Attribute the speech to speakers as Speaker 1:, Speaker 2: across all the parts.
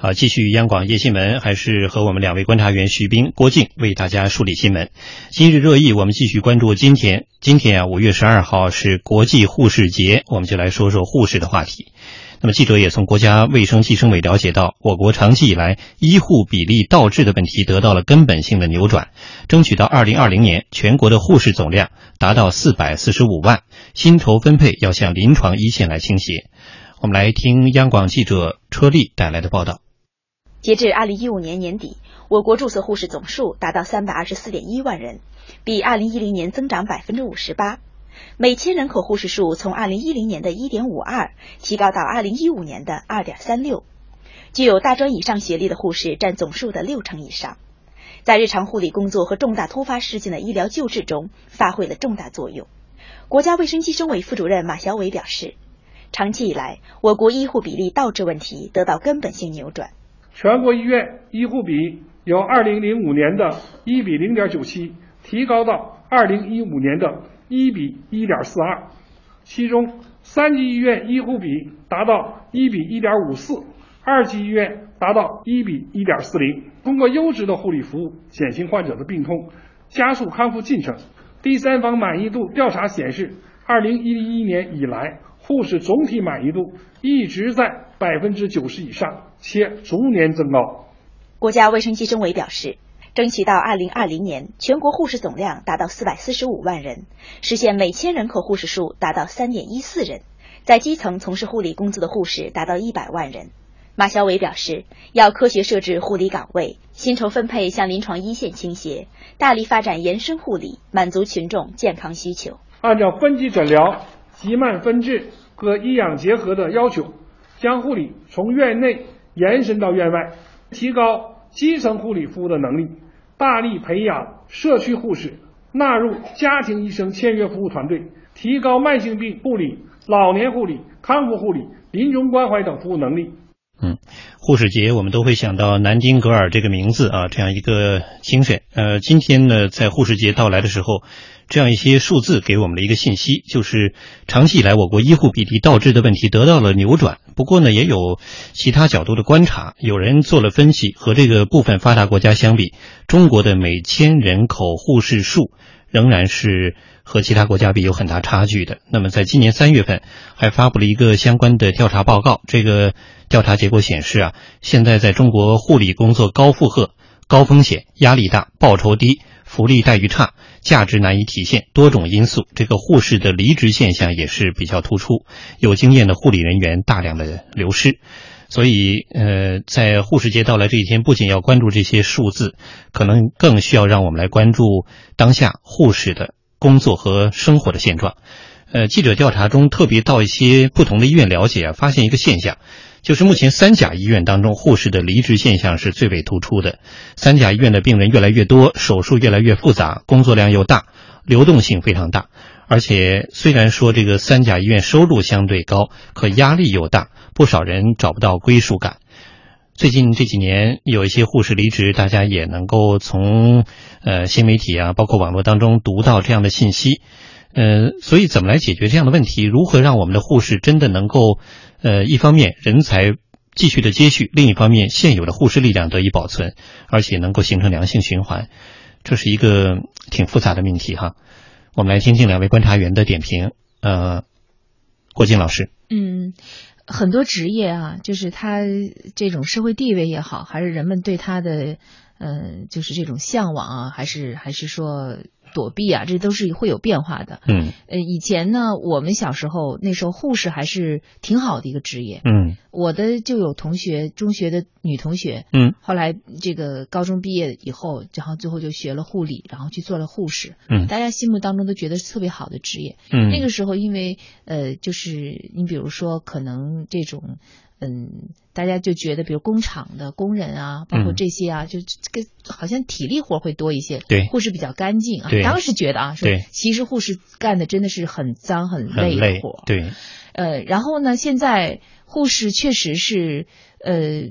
Speaker 1: 啊，继续央广夜新闻，还是和我们两位观察员徐斌、郭靖为大家梳理新闻。今日热议，我们继续关注今天。今天啊，五月十二号是国际护士节，我们就来说说护士的话题。那么，记者也从国家卫生计生委了解到，我国长期以来医护比例倒置的问题得到了根本性的扭转，争取到二零二零年，全国的护士总量达到四百四十五万，薪酬分配要向临床一线来倾斜。我们来听央广记者车丽带来的报道。
Speaker 2: 截至二零一五年年底，我国注册护士总数达到三百二十四点一万人，比二零一零年增长百分之五十八。每千人口护士数从二零一零年的一点五二提高到二零一五年的二点三六。具有大专以上学历的护士占总数的六成以上，在日常护理工作和重大突发事件的医疗救治中发挥了重大作用。国家卫生计生委副主任马晓伟表示，长期以来，我国医护比例倒置问题得到根本性扭转。
Speaker 3: 全国医院医护比由二零零五年的一比零点九七提高到二零一五年的一比一点四二，其中三级医院医护比达到一比一点五四，二级医院达到一比一点四零。通过优质的护理服务，减轻患者的病痛，加速康复进程。第三方满意度调查显示，二零一一年以来。护士总体满意度一直在百分之九十以上，且逐年增高。
Speaker 2: 国家卫生计生委表示，争取到二零二零年，全国护士总量达到四百四十五万人，实现每千人口护士数达到三点一四人，在基层从事护理工作的护士达到一百万人。马晓伟表示，要科学设置护理岗位，薪酬分配向临床一线倾斜，大力发展延伸护理，满足群众健康需求。
Speaker 3: 按照分级诊疗。急慢分治和医养结合的要求，将护理从院内延伸到院外，提高基层护理服务的能力，大力培养社区护士纳入家庭医生签约服务团队，提高慢性病护理、老年护理、康复护理、临终关怀等服务能力。
Speaker 1: 嗯，护士节我们都会想到南丁格尔这个名字啊，这样一个精神。呃，今天呢，在护士节到来的时候，这样一些数字给我们了一个信息，就是长期以来我国医护比例倒置的问题得到了扭转。不过呢，也有其他角度的观察，有人做了分析，和这个部分发达国家相比，中国的每千人口护士数仍然是。和其他国家比有很大差距的。那么，在今年三月份，还发布了一个相关的调查报告。这个调查结果显示啊，现在在中国护理工作高负荷、高风险、压力大、报酬低、福利待遇差、价值难以体现多种因素，这个护士的离职现象也是比较突出，有经验的护理人员大量的流失。所以，呃，在护士节到来这一天，不仅要关注这些数字，可能更需要让我们来关注当下护士的。工作和生活的现状，呃，记者调查中特别到一些不同的医院了解啊，发现一个现象，就是目前三甲医院当中护士的离职现象是最为突出的。三甲医院的病人越来越多，手术越来越复杂，工作量又大，流动性非常大。而且虽然说这个三甲医院收入相对高，可压力又大，不少人找不到归属感。最近这几年有一些护士离职，大家也能够从呃新媒体啊，包括网络当中读到这样的信息，呃，所以怎么来解决这样的问题？如何让我们的护士真的能够呃，一方面人才继续的接续，另一方面现有的护士力量得以保存，而且能够形成良性循环，这是一个挺复杂的命题哈。我们来听听两位观察员的点评，呃，郭靖老师，
Speaker 4: 嗯。很多职业啊，就是他这种社会地位也好，还是人们对他的，嗯、呃，就是这种向往啊，还是还是说躲避啊，这都是会有变化的。
Speaker 1: 嗯，
Speaker 4: 呃，以前呢，我们小时候那时候护士还是挺好的一个职业。
Speaker 1: 嗯，
Speaker 4: 我的就有同学，中学的女同学，
Speaker 1: 嗯，
Speaker 4: 后来这个高中毕业以后，然后最后就学了护理，然后去做了护士。
Speaker 1: 嗯，
Speaker 4: 大家心目当中都觉得是特别好的职业。
Speaker 1: 嗯，
Speaker 4: 那个时候因为呃，就是你比如说可能。这种，嗯，大家就觉得，比如工厂的工人啊，包括这些啊，
Speaker 1: 嗯、
Speaker 4: 就这个好像体力活会多一些。
Speaker 1: 对，
Speaker 4: 护士比较干净啊。
Speaker 1: 对，
Speaker 4: 当时觉得啊，说
Speaker 1: 对，
Speaker 4: 其实护士干的真的是很脏很
Speaker 1: 很
Speaker 4: 累的活。
Speaker 1: 对，
Speaker 4: 呃，然后呢，现在护士确实是，呃。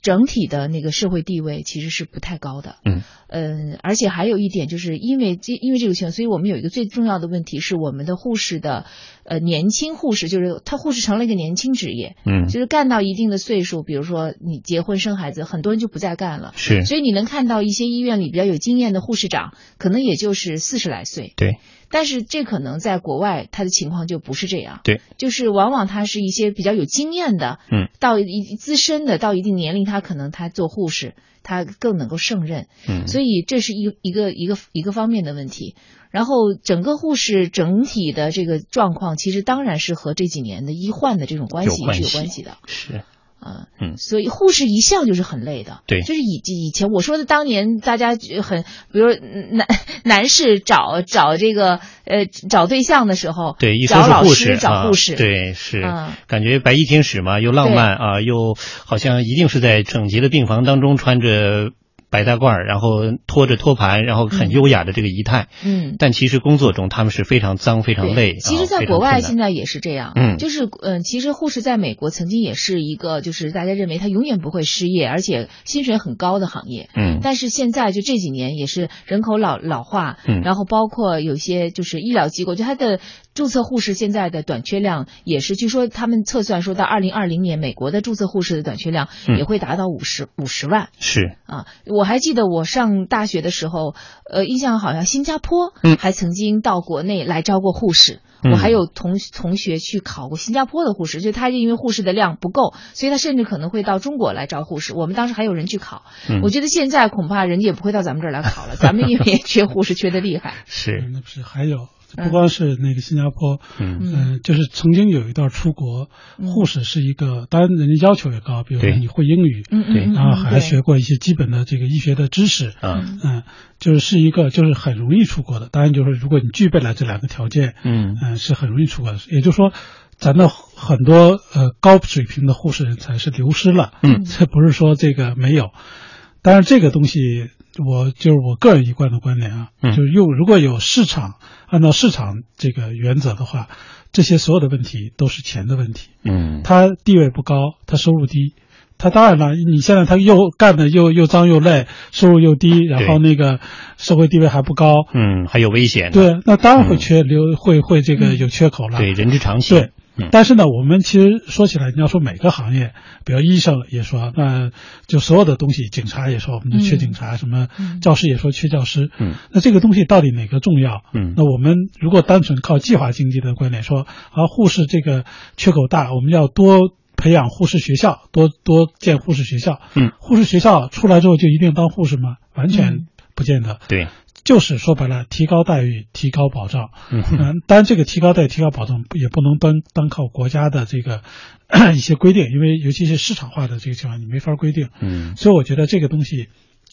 Speaker 4: 整体的那个社会地位其实是不太高的。
Speaker 1: 嗯
Speaker 4: 嗯，而且还有一点，就是因为这因为这个情况，所以我们有一个最重要的问题是，我们的护士的呃年轻护士，就是他护士成了一个年轻职业，
Speaker 1: 嗯，
Speaker 4: 就是干到一定的岁数，比如说你结婚生孩子，很多人就不再干了。
Speaker 1: 是
Speaker 4: 所以你能看到一些医院里比较有经验的护士长，可能也就是四十来岁。
Speaker 1: 对，
Speaker 4: 但是这可能在国外他的情况就不是这样。
Speaker 1: 对，
Speaker 4: 就是往往他是一些比较有经验的，
Speaker 1: 嗯，
Speaker 4: 到一资深的到一定年龄，他可能他做护士，他更能够胜任。
Speaker 1: 嗯，
Speaker 4: 所以这是一一个一个一个方面的问题。然后整个护士整体的这个状况，其实当然是和这几年的医患的这种关系
Speaker 1: 有关
Speaker 4: 是有
Speaker 1: 系
Speaker 4: 关系的。
Speaker 1: 是
Speaker 4: 啊，
Speaker 1: 嗯
Speaker 4: 所以护士一向就是很累的，
Speaker 1: 对
Speaker 4: 就是以以前我说的，当年大家就很，比如嗯男男士找找这个呃找对象的时候，
Speaker 1: 对，一说
Speaker 4: 找
Speaker 1: 是
Speaker 4: 老
Speaker 1: 护
Speaker 4: 师
Speaker 1: 士，
Speaker 4: 找护士，
Speaker 1: 啊、，对是、
Speaker 4: 嗯
Speaker 1: 感觉白衣天使嘛，又浪漫啊，又好像一定是在整洁的病房当中穿着。白大褂儿，然后拖着托盘，然后很
Speaker 4: 嗯
Speaker 1: 优雅的这个仪态，
Speaker 4: 嗯，
Speaker 1: 但其实工作中他们是非常脏、非常
Speaker 4: 对，
Speaker 1: 累。
Speaker 4: 其
Speaker 1: 啊
Speaker 4: 实，在
Speaker 1: 非常
Speaker 4: 国外
Speaker 1: 困难
Speaker 4: 现在也是这样，
Speaker 1: 嗯
Speaker 4: 就是嗯、呃其实护士在美国曾经也是一个，就是大家认为他永远不会失业，而且薪水很高的行业。
Speaker 1: 嗯
Speaker 4: 但是现在就这几年也是人口老老化，
Speaker 1: 嗯
Speaker 4: 然后包括有些就是医疗机构，就它的注册护士现在的短缺量也是，据说他们测算说到二零二零年，美国的注册护士的短缺量
Speaker 1: 嗯
Speaker 4: 也会达到五十五十万。
Speaker 1: 是
Speaker 4: 啊，我还记得我上大学的时候，呃，印象好像新加坡
Speaker 1: 嗯
Speaker 4: 还曾经到国内来招过护士。
Speaker 1: 嗯
Speaker 4: 我还有同同学去考过新加坡的护士，就他因为护士的量不够，所以他甚至可能会到中国来招护士。我们当时还有人去考，
Speaker 1: 嗯
Speaker 4: 我觉得现在恐怕人家也不会到咱们这儿来考了，咱们因为也缺护士缺的厉害。
Speaker 1: 是，
Speaker 5: 那不是还有
Speaker 4: 嗯
Speaker 5: 不光是那个新加坡，
Speaker 1: 嗯
Speaker 5: 嗯、就是曾经有一段出国
Speaker 4: 嗯
Speaker 5: 护士是一个，当然人家要求也高，比如说
Speaker 1: 对
Speaker 5: 你会英语，
Speaker 4: 嗯
Speaker 1: 对
Speaker 4: 嗯嗯，
Speaker 5: 然后还
Speaker 4: 对
Speaker 5: 学过一些基本的这个医学的知识，
Speaker 1: 啊，
Speaker 5: 嗯，就是是一个就是很容易出国的。当然就是如果你具备了这两个条件，
Speaker 1: 嗯
Speaker 5: 嗯，是很容易出国的。也就是说，咱的很多呃高水平的护士人才是流失了。
Speaker 1: 嗯
Speaker 5: 这不是说这个没有，但是这个东西，我就是我个人一贯的观点啊，
Speaker 1: 嗯
Speaker 5: 就是用如果有市场，按照市场这个原则的话，这些所有的问题都是钱的问题。
Speaker 1: 嗯，
Speaker 5: 他地位不高，他收入低，他当然了，你现在他又干的又又脏又累，收入又低，然后那个社会地位还不高，
Speaker 1: 嗯，还有危险呢，
Speaker 5: 对，那当然会缺流，会会这个有缺口了。
Speaker 1: 对，人之常情
Speaker 5: 对，，
Speaker 1: 嗯
Speaker 5: 啊但是呢，我们其实说起来，你要说每个行业，比如医生也说，那就所有的东西，警察也说我们就缺警察，什么
Speaker 4: 嗯
Speaker 5: 教师也说缺教师，
Speaker 1: 嗯，
Speaker 5: 那这个东西到底哪个重要？
Speaker 1: 嗯
Speaker 5: 那我们如果单纯靠计划经济的观点说，啊，护士这个缺口大，我们要多培养护士学校，多多建护士学校，
Speaker 1: 嗯，
Speaker 5: 护士学校出来之后就一定当护士吗？完
Speaker 4: 嗯
Speaker 5: 全不见得，
Speaker 1: 对，
Speaker 5: 就是说白了，提高待遇，提高保障。
Speaker 1: 嗯
Speaker 5: 嗯，当然这个提高待遇、提高保障不也不能单单靠国家的这个 咳一些规定，因为尤其是市场化的这个情况，你没法规定。
Speaker 1: 嗯
Speaker 5: 所以我觉得这个东西，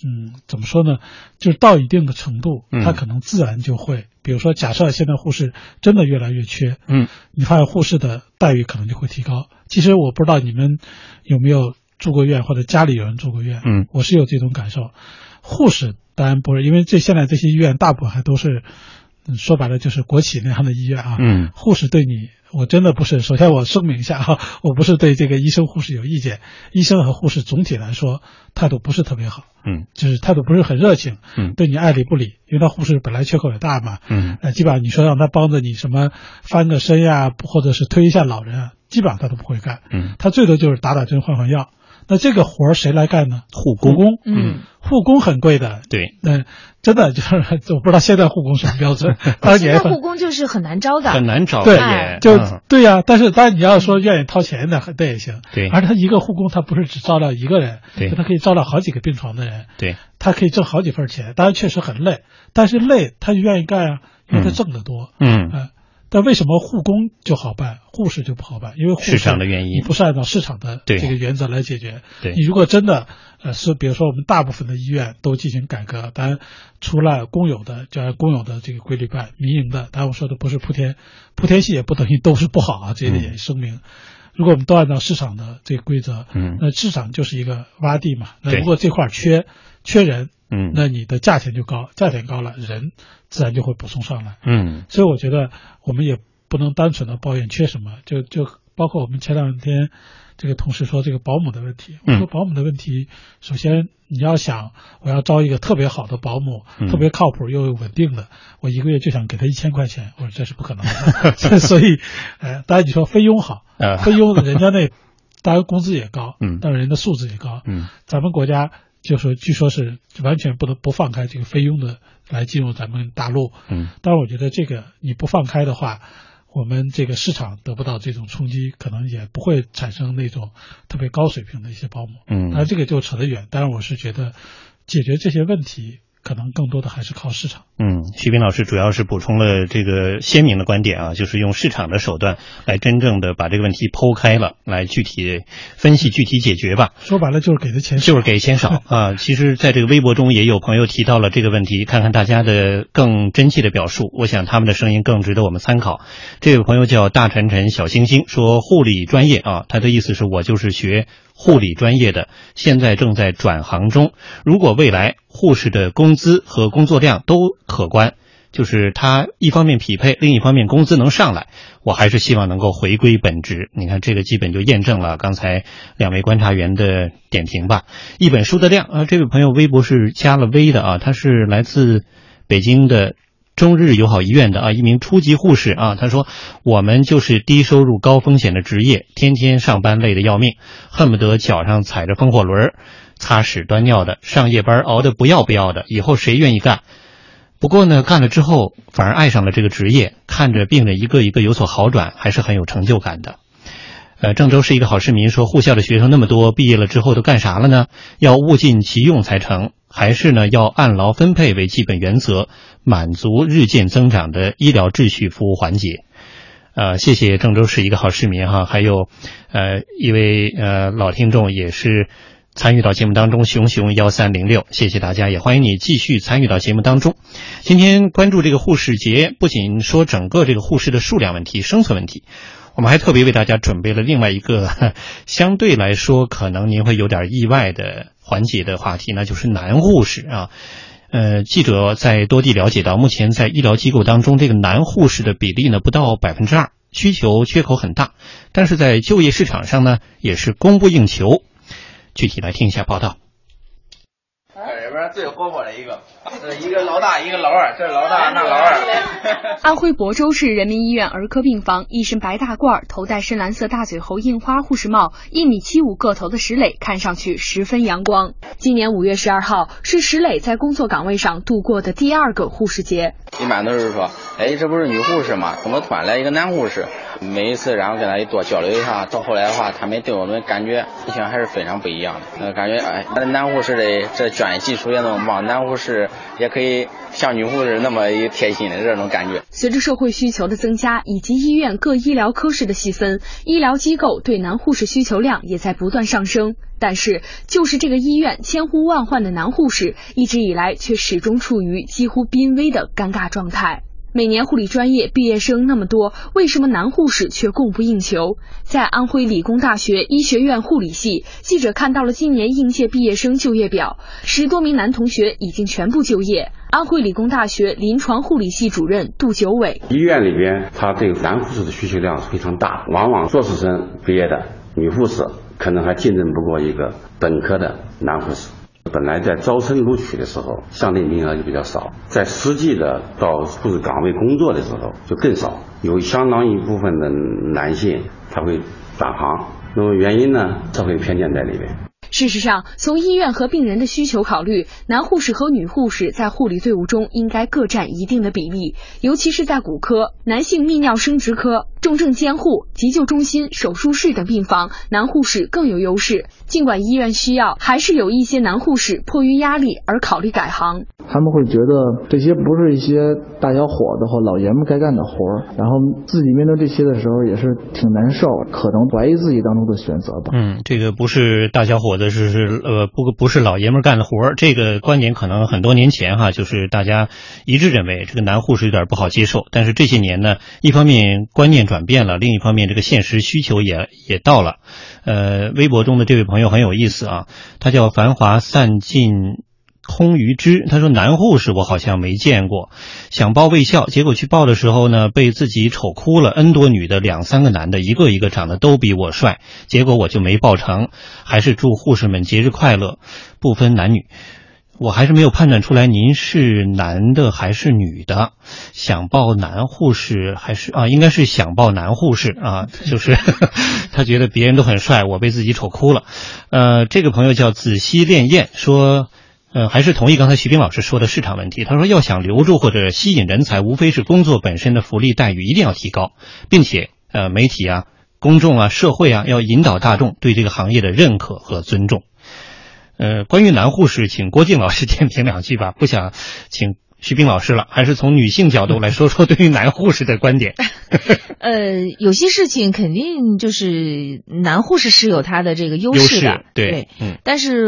Speaker 5: 嗯，怎么说呢？就是到一定的程度，
Speaker 1: 嗯
Speaker 5: 它可能自然就会，比如说，假设现在护士真的越来越缺，
Speaker 1: 嗯，
Speaker 5: 你发现护士的待遇可能就会提高。其实我不知道你们有没有住过院，或者家里有人住过院，
Speaker 1: 嗯，
Speaker 5: 我是有这种感受。护士当然不是，因为这现在这些医院大部分还都是，嗯说白了就是国企那样的医院啊，
Speaker 1: 嗯
Speaker 5: 护士对你，我真的不是。首先我声明一下啊， 我不是对这个医生护士有意见。医生和护士总体来说态度不是特别好，
Speaker 1: 嗯
Speaker 5: 就是态度不是很热情，
Speaker 1: 嗯
Speaker 5: 对你爱理不理。因为他护士本来缺口也大嘛，
Speaker 1: 嗯
Speaker 5: 呃，基本上你说让他帮着你什么翻个身呀、或者是推一下老人啊，基本上他都不会干。
Speaker 1: 嗯，
Speaker 5: 他最多就是打打针、换换药。那这个活儿谁来干呢？
Speaker 1: 护工，
Speaker 5: 护工，
Speaker 4: 嗯，
Speaker 5: 护工很贵的。
Speaker 1: 对，
Speaker 5: 嗯，真的就是我不知道现在护工什么 标准，当
Speaker 4: 现
Speaker 5: 年
Speaker 4: 在
Speaker 5: 很
Speaker 4: 护工就是很难招的，
Speaker 1: 很难找
Speaker 5: 啊对哎
Speaker 1: 也，
Speaker 5: 就
Speaker 1: 嗯
Speaker 5: 对呀、但是当然你要说愿意掏钱的，那也行。
Speaker 1: 对
Speaker 5: 而他一个护工，他不是只照料一个人，
Speaker 1: 对
Speaker 5: 他可以照料好几个病床的人，
Speaker 1: 对，
Speaker 5: 他可以挣好几份钱。当然确实很累，但是累他就愿意干啊，因为他挣得多。
Speaker 1: 嗯
Speaker 5: 嗯、但为什么护工就好办，护士就不好办？因为护士
Speaker 1: 市场的原因
Speaker 5: 你不是按照市场的
Speaker 1: 对
Speaker 5: 这个原则来解决。
Speaker 1: 对
Speaker 5: 你如果真的呃是，比如说我们大部分的医院都进行改革，当然除了公有的，就按公有的这个规律办，民营的，当然我说的不是铺天铺天系也不等于都是不好啊，
Speaker 1: 嗯
Speaker 5: 这一点也声明。如果我们都按照市场的这个规则，
Speaker 1: 嗯
Speaker 5: 那市场就是一个洼地嘛。那
Speaker 1: 对
Speaker 5: 如果这块儿缺缺人，
Speaker 1: 嗯
Speaker 5: 那你的价钱就高，价钱高了，人自然就会补充上来。
Speaker 1: 嗯
Speaker 5: 所以我觉得我们也不能单纯的抱怨缺什么，就就包括我们前两天这个同事说这个保姆的问题，我
Speaker 1: 嗯
Speaker 5: 说保姆的问题，首先你要想我要招一个特别好的保姆，
Speaker 1: 嗯
Speaker 5: 特别靠谱又稳定的，我一个月就想给他一千块钱，我说这是不可能的。 所以，呃，当然你说菲佣好，
Speaker 1: 呃，
Speaker 5: 菲佣的人家那当然工资也高，
Speaker 1: 嗯
Speaker 5: 但是人的素质也高，
Speaker 1: 嗯
Speaker 5: 咱们国家就是据说是完全不能不放开这个菲佣的来进入咱们大陆，
Speaker 1: 嗯
Speaker 5: 但是我觉得这个你不放开的话，我们这个市场得不到这种冲击，可能也不会产生那种特别高水平的一些保姆。
Speaker 1: 嗯
Speaker 5: 当然这个就扯得远，但是我是觉得解决这些问题，可能更多的还是靠市场。
Speaker 1: 嗯，徐斌老师主要是补充了这个鲜明的观点啊，就是用市场的手段来真正的把这个问题剖开了，来具体分析、具体解决吧。
Speaker 5: 说白了就是给的钱少
Speaker 1: 就是给钱 少啊。其实，在这个微博中也有朋友提到了这个问题，看看大家的更真切的表述，我想他们的声音更值得我们参考。这位朋友叫大晨晨小星星，说护理专业啊，他的意思是我就是学护理专业的，现在正在转行中。如果未来护士的工资和工作量都可观。就是他一方面匹配，另一方面工资能上来，我还是希望能够回归本职。你看，这个基本就验证了刚才两位观察员的点评吧。一本书的量啊，这位朋友微博是加了 V 的啊，他是来自北京的中日友好医院的啊，一名初级护士啊，他说我们就是低收入高风险的职业，天天上班累得要命，恨不得脚上踩着风火轮儿，擦屎端尿的，上夜班熬得不要不要的，以后谁愿意干？不过呢，干了之后反而爱上了这个职业，看着病人一个一个有所好转，还是很有成就感的。呃，郑州是一个好市民说，护校的学生那么多，毕业了之后都干啥了呢？要物尽其用才成，还是呢要按劳分配为基本原则，满足日渐增长的医疗秩序服务环节？呃，谢谢郑州市一个好市民哈，还有，呃，一位呃老听众也是参与到节目当中，熊熊幺三零六，谢谢大家，也欢迎你继续参与到节目当中。今天关注这个护士节，不仅说整个这个护士的数量问题、生存问题，我们还特别为大家准备了另外一个 相对来说可能您会有点意外的环节的话题，那就是男护士啊。呃，记者在多地了解到，目前在医疗机构当中，这个男护士的比例呢不到百分之二，需求缺口很大，但是在就业市场上呢也是供不应求。具体来听一下报道。
Speaker 6: 哎里边最活泼的一个，啊呃，一个老大，一个老二，这是老大，那老 二。
Speaker 7: 安徽亳州市人民医院儿科病房，一身白大褂，头戴深蓝色大嘴猴印花护士帽，一米七五个头的石磊看上去十分阳光。今年五月十二号是石磊在工作岗位上度过的第二个护士节。
Speaker 6: 一般都是说，哎，这不是女护士吗？怎么突然来一个男护士？每一次然后跟他多交流一下，到后来的话，他们对我们感觉印象还是非常不一样的。呃，感觉哎，那男护士的这专业技术也能帮，男护士也可以像女护士那么一贴心的这种感觉。
Speaker 7: 随着社会需求的增加以及医院各医疗科室的细分，医疗机构对男护士需求量也在不断上升。但是，就是这个医院千呼万唤的男护士，一直以来却始终处于几乎濒危的尴尬状态。每年护理专业毕业生那么多，为什么男护士却供不应求？在安徽理工大学医学院护理系，记者看到了今年应届毕业生就业表，十多名男同学已经全部就业。安徽理工大学临床护理系主任杜九伟
Speaker 8: 医院里边，他对男护士的需求量是非常大，往往硕士生毕业的女护士可能还竞争不过一个本科的男护士。本来在招生录取的时候，相对名额就比较少，在实际的到护士岗位工作的时候就更少，有相当一部分的男性他会转行，那么原因呢，社会偏见在里面。
Speaker 7: 事实上，从医院和病人的需求考虑，男护士和女护士在护理队伍中应该各占一定的比例，尤其是在骨科、男性泌尿生殖科、重症监护、急救中心、手术室等病房，男护士更有优势。尽管医院需要，还是有一些男护士迫于压力而考虑改行。
Speaker 9: 他们会觉得这些不是一些大小伙子或老爷们该干的活儿，然后自己面对这些的时候也是挺难受，可能怀疑自己当初的选择吧。
Speaker 1: 嗯，这个不是大小伙子，是是呃，不不是老爷们儿干的活儿。这个观点可能很多年前哈，就是大家一致认为这个男护士有点不好接受。但是这些年呢，一方面观念转变了，另一方面这个现实需求也也到了。呃，微博中的这位朋友很有意思啊，他叫繁华散尽空余之，他说男护士我好像没见过，想报卫校，结果去报的时候呢，被自己丑哭了，N 多女的两三个男的，一个一个长得都比我帅，结果我就没报成。还是祝护士们节日快乐，不分男女。我还是没有判断出来您是男的还是女的，想报男护士还是啊，应该是想报男护士啊，就是他觉得别人都很帅，我被自己丑哭了。呃，这个朋友叫子熙恋燕说。呃，还是同意刚才徐冰老师说的市场问题。他说，要想留住或者吸引人才，无非是工作本身的福利待遇一定要提高，并且呃，媒体啊、公众啊、社会啊，要引导大众对这个行业的认可和尊重。呃，关于男护士，请郭靖老师点评两句吧。 不想请徐冰老师了，还是从女性角度来说说对于男护士的观 点。
Speaker 4: 呃，有些事情肯定就是男护士是有他的这个优
Speaker 1: 优
Speaker 4: 势的，
Speaker 1: 势对，嗯，
Speaker 4: 但是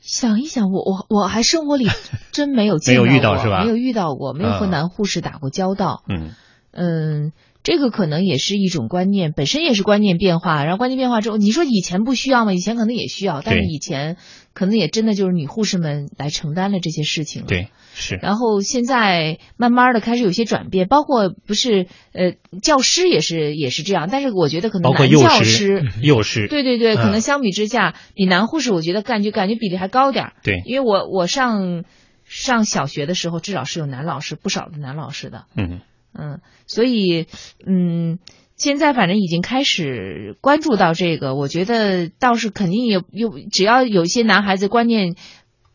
Speaker 4: 想一想，我我我还 生活里真没有见
Speaker 1: 没有遇到
Speaker 4: 到过
Speaker 1: 是吧
Speaker 4: 没有遇到过，没有和
Speaker 1: 嗯
Speaker 4: 男护士打过交道。
Speaker 1: 嗯
Speaker 4: 嗯，这个可能也是一种观念，本身也是观念变化，然后观念变化之后，你说以前不需要吗？以前可能也需要，但是
Speaker 1: 对
Speaker 4: 以前可能也真的就是女护士们来承担了这些事情了。
Speaker 1: 对，是，
Speaker 4: 然后现在慢慢的开始有些转变，包括不是呃教师也是也是这样，但是我觉得可能
Speaker 1: 包括
Speaker 4: 男
Speaker 1: 幼师
Speaker 4: 教师，，
Speaker 1: 幼师，
Speaker 4: 对对对，可
Speaker 1: 嗯
Speaker 4: 能相比之下，比男护士我觉得感觉感觉比例还高点儿，
Speaker 1: 对，
Speaker 4: 因为我我上上小学的时候至少是有男老师，不少的男老师的，
Speaker 1: 嗯
Speaker 4: 嗯，所以嗯。现在反正已经开始关注到这个，我觉得倒是肯定也有，只要有一些男孩子观念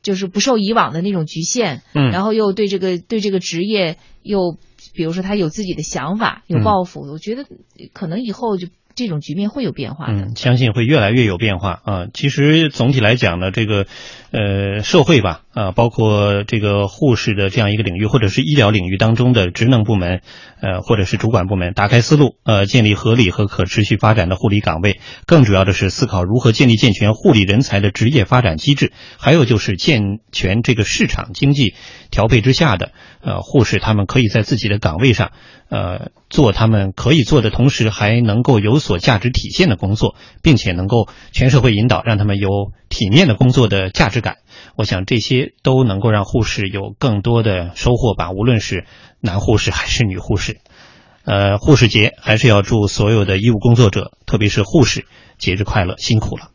Speaker 4: 就是不受以往的那种局限，
Speaker 1: 嗯，
Speaker 4: 然后又对这个对这个职业又，比如说他有自己的想法，有
Speaker 1: 嗯
Speaker 4: 抱负，我觉得可能以后就这种局面会有变化的。
Speaker 1: 嗯，相信会越来越有变化啊。其实总体来讲呢，这个呃社会吧啊，包括这个护士的这样一个领域，或者是医疗领域当中的职能部门，呃或者是主管部门，打开思路，呃建立合理和可持续发展的护理岗位。更主要的是思考如何建立健全护理人才的职业发展机制，还有就是健全这个市场经济调配之下的呃护士，他们可以在自己的岗位上呃做他们可以做的同时，还能够有所价值体现的工作，并且能够全社会引导，让他们有体面的工作的价值感。我想这些都能够让护士有更多的收获吧，无论是男护士还是女护士。呃，护士节还是要祝所有的医务工作者，特别是护士，节日快乐，辛苦了。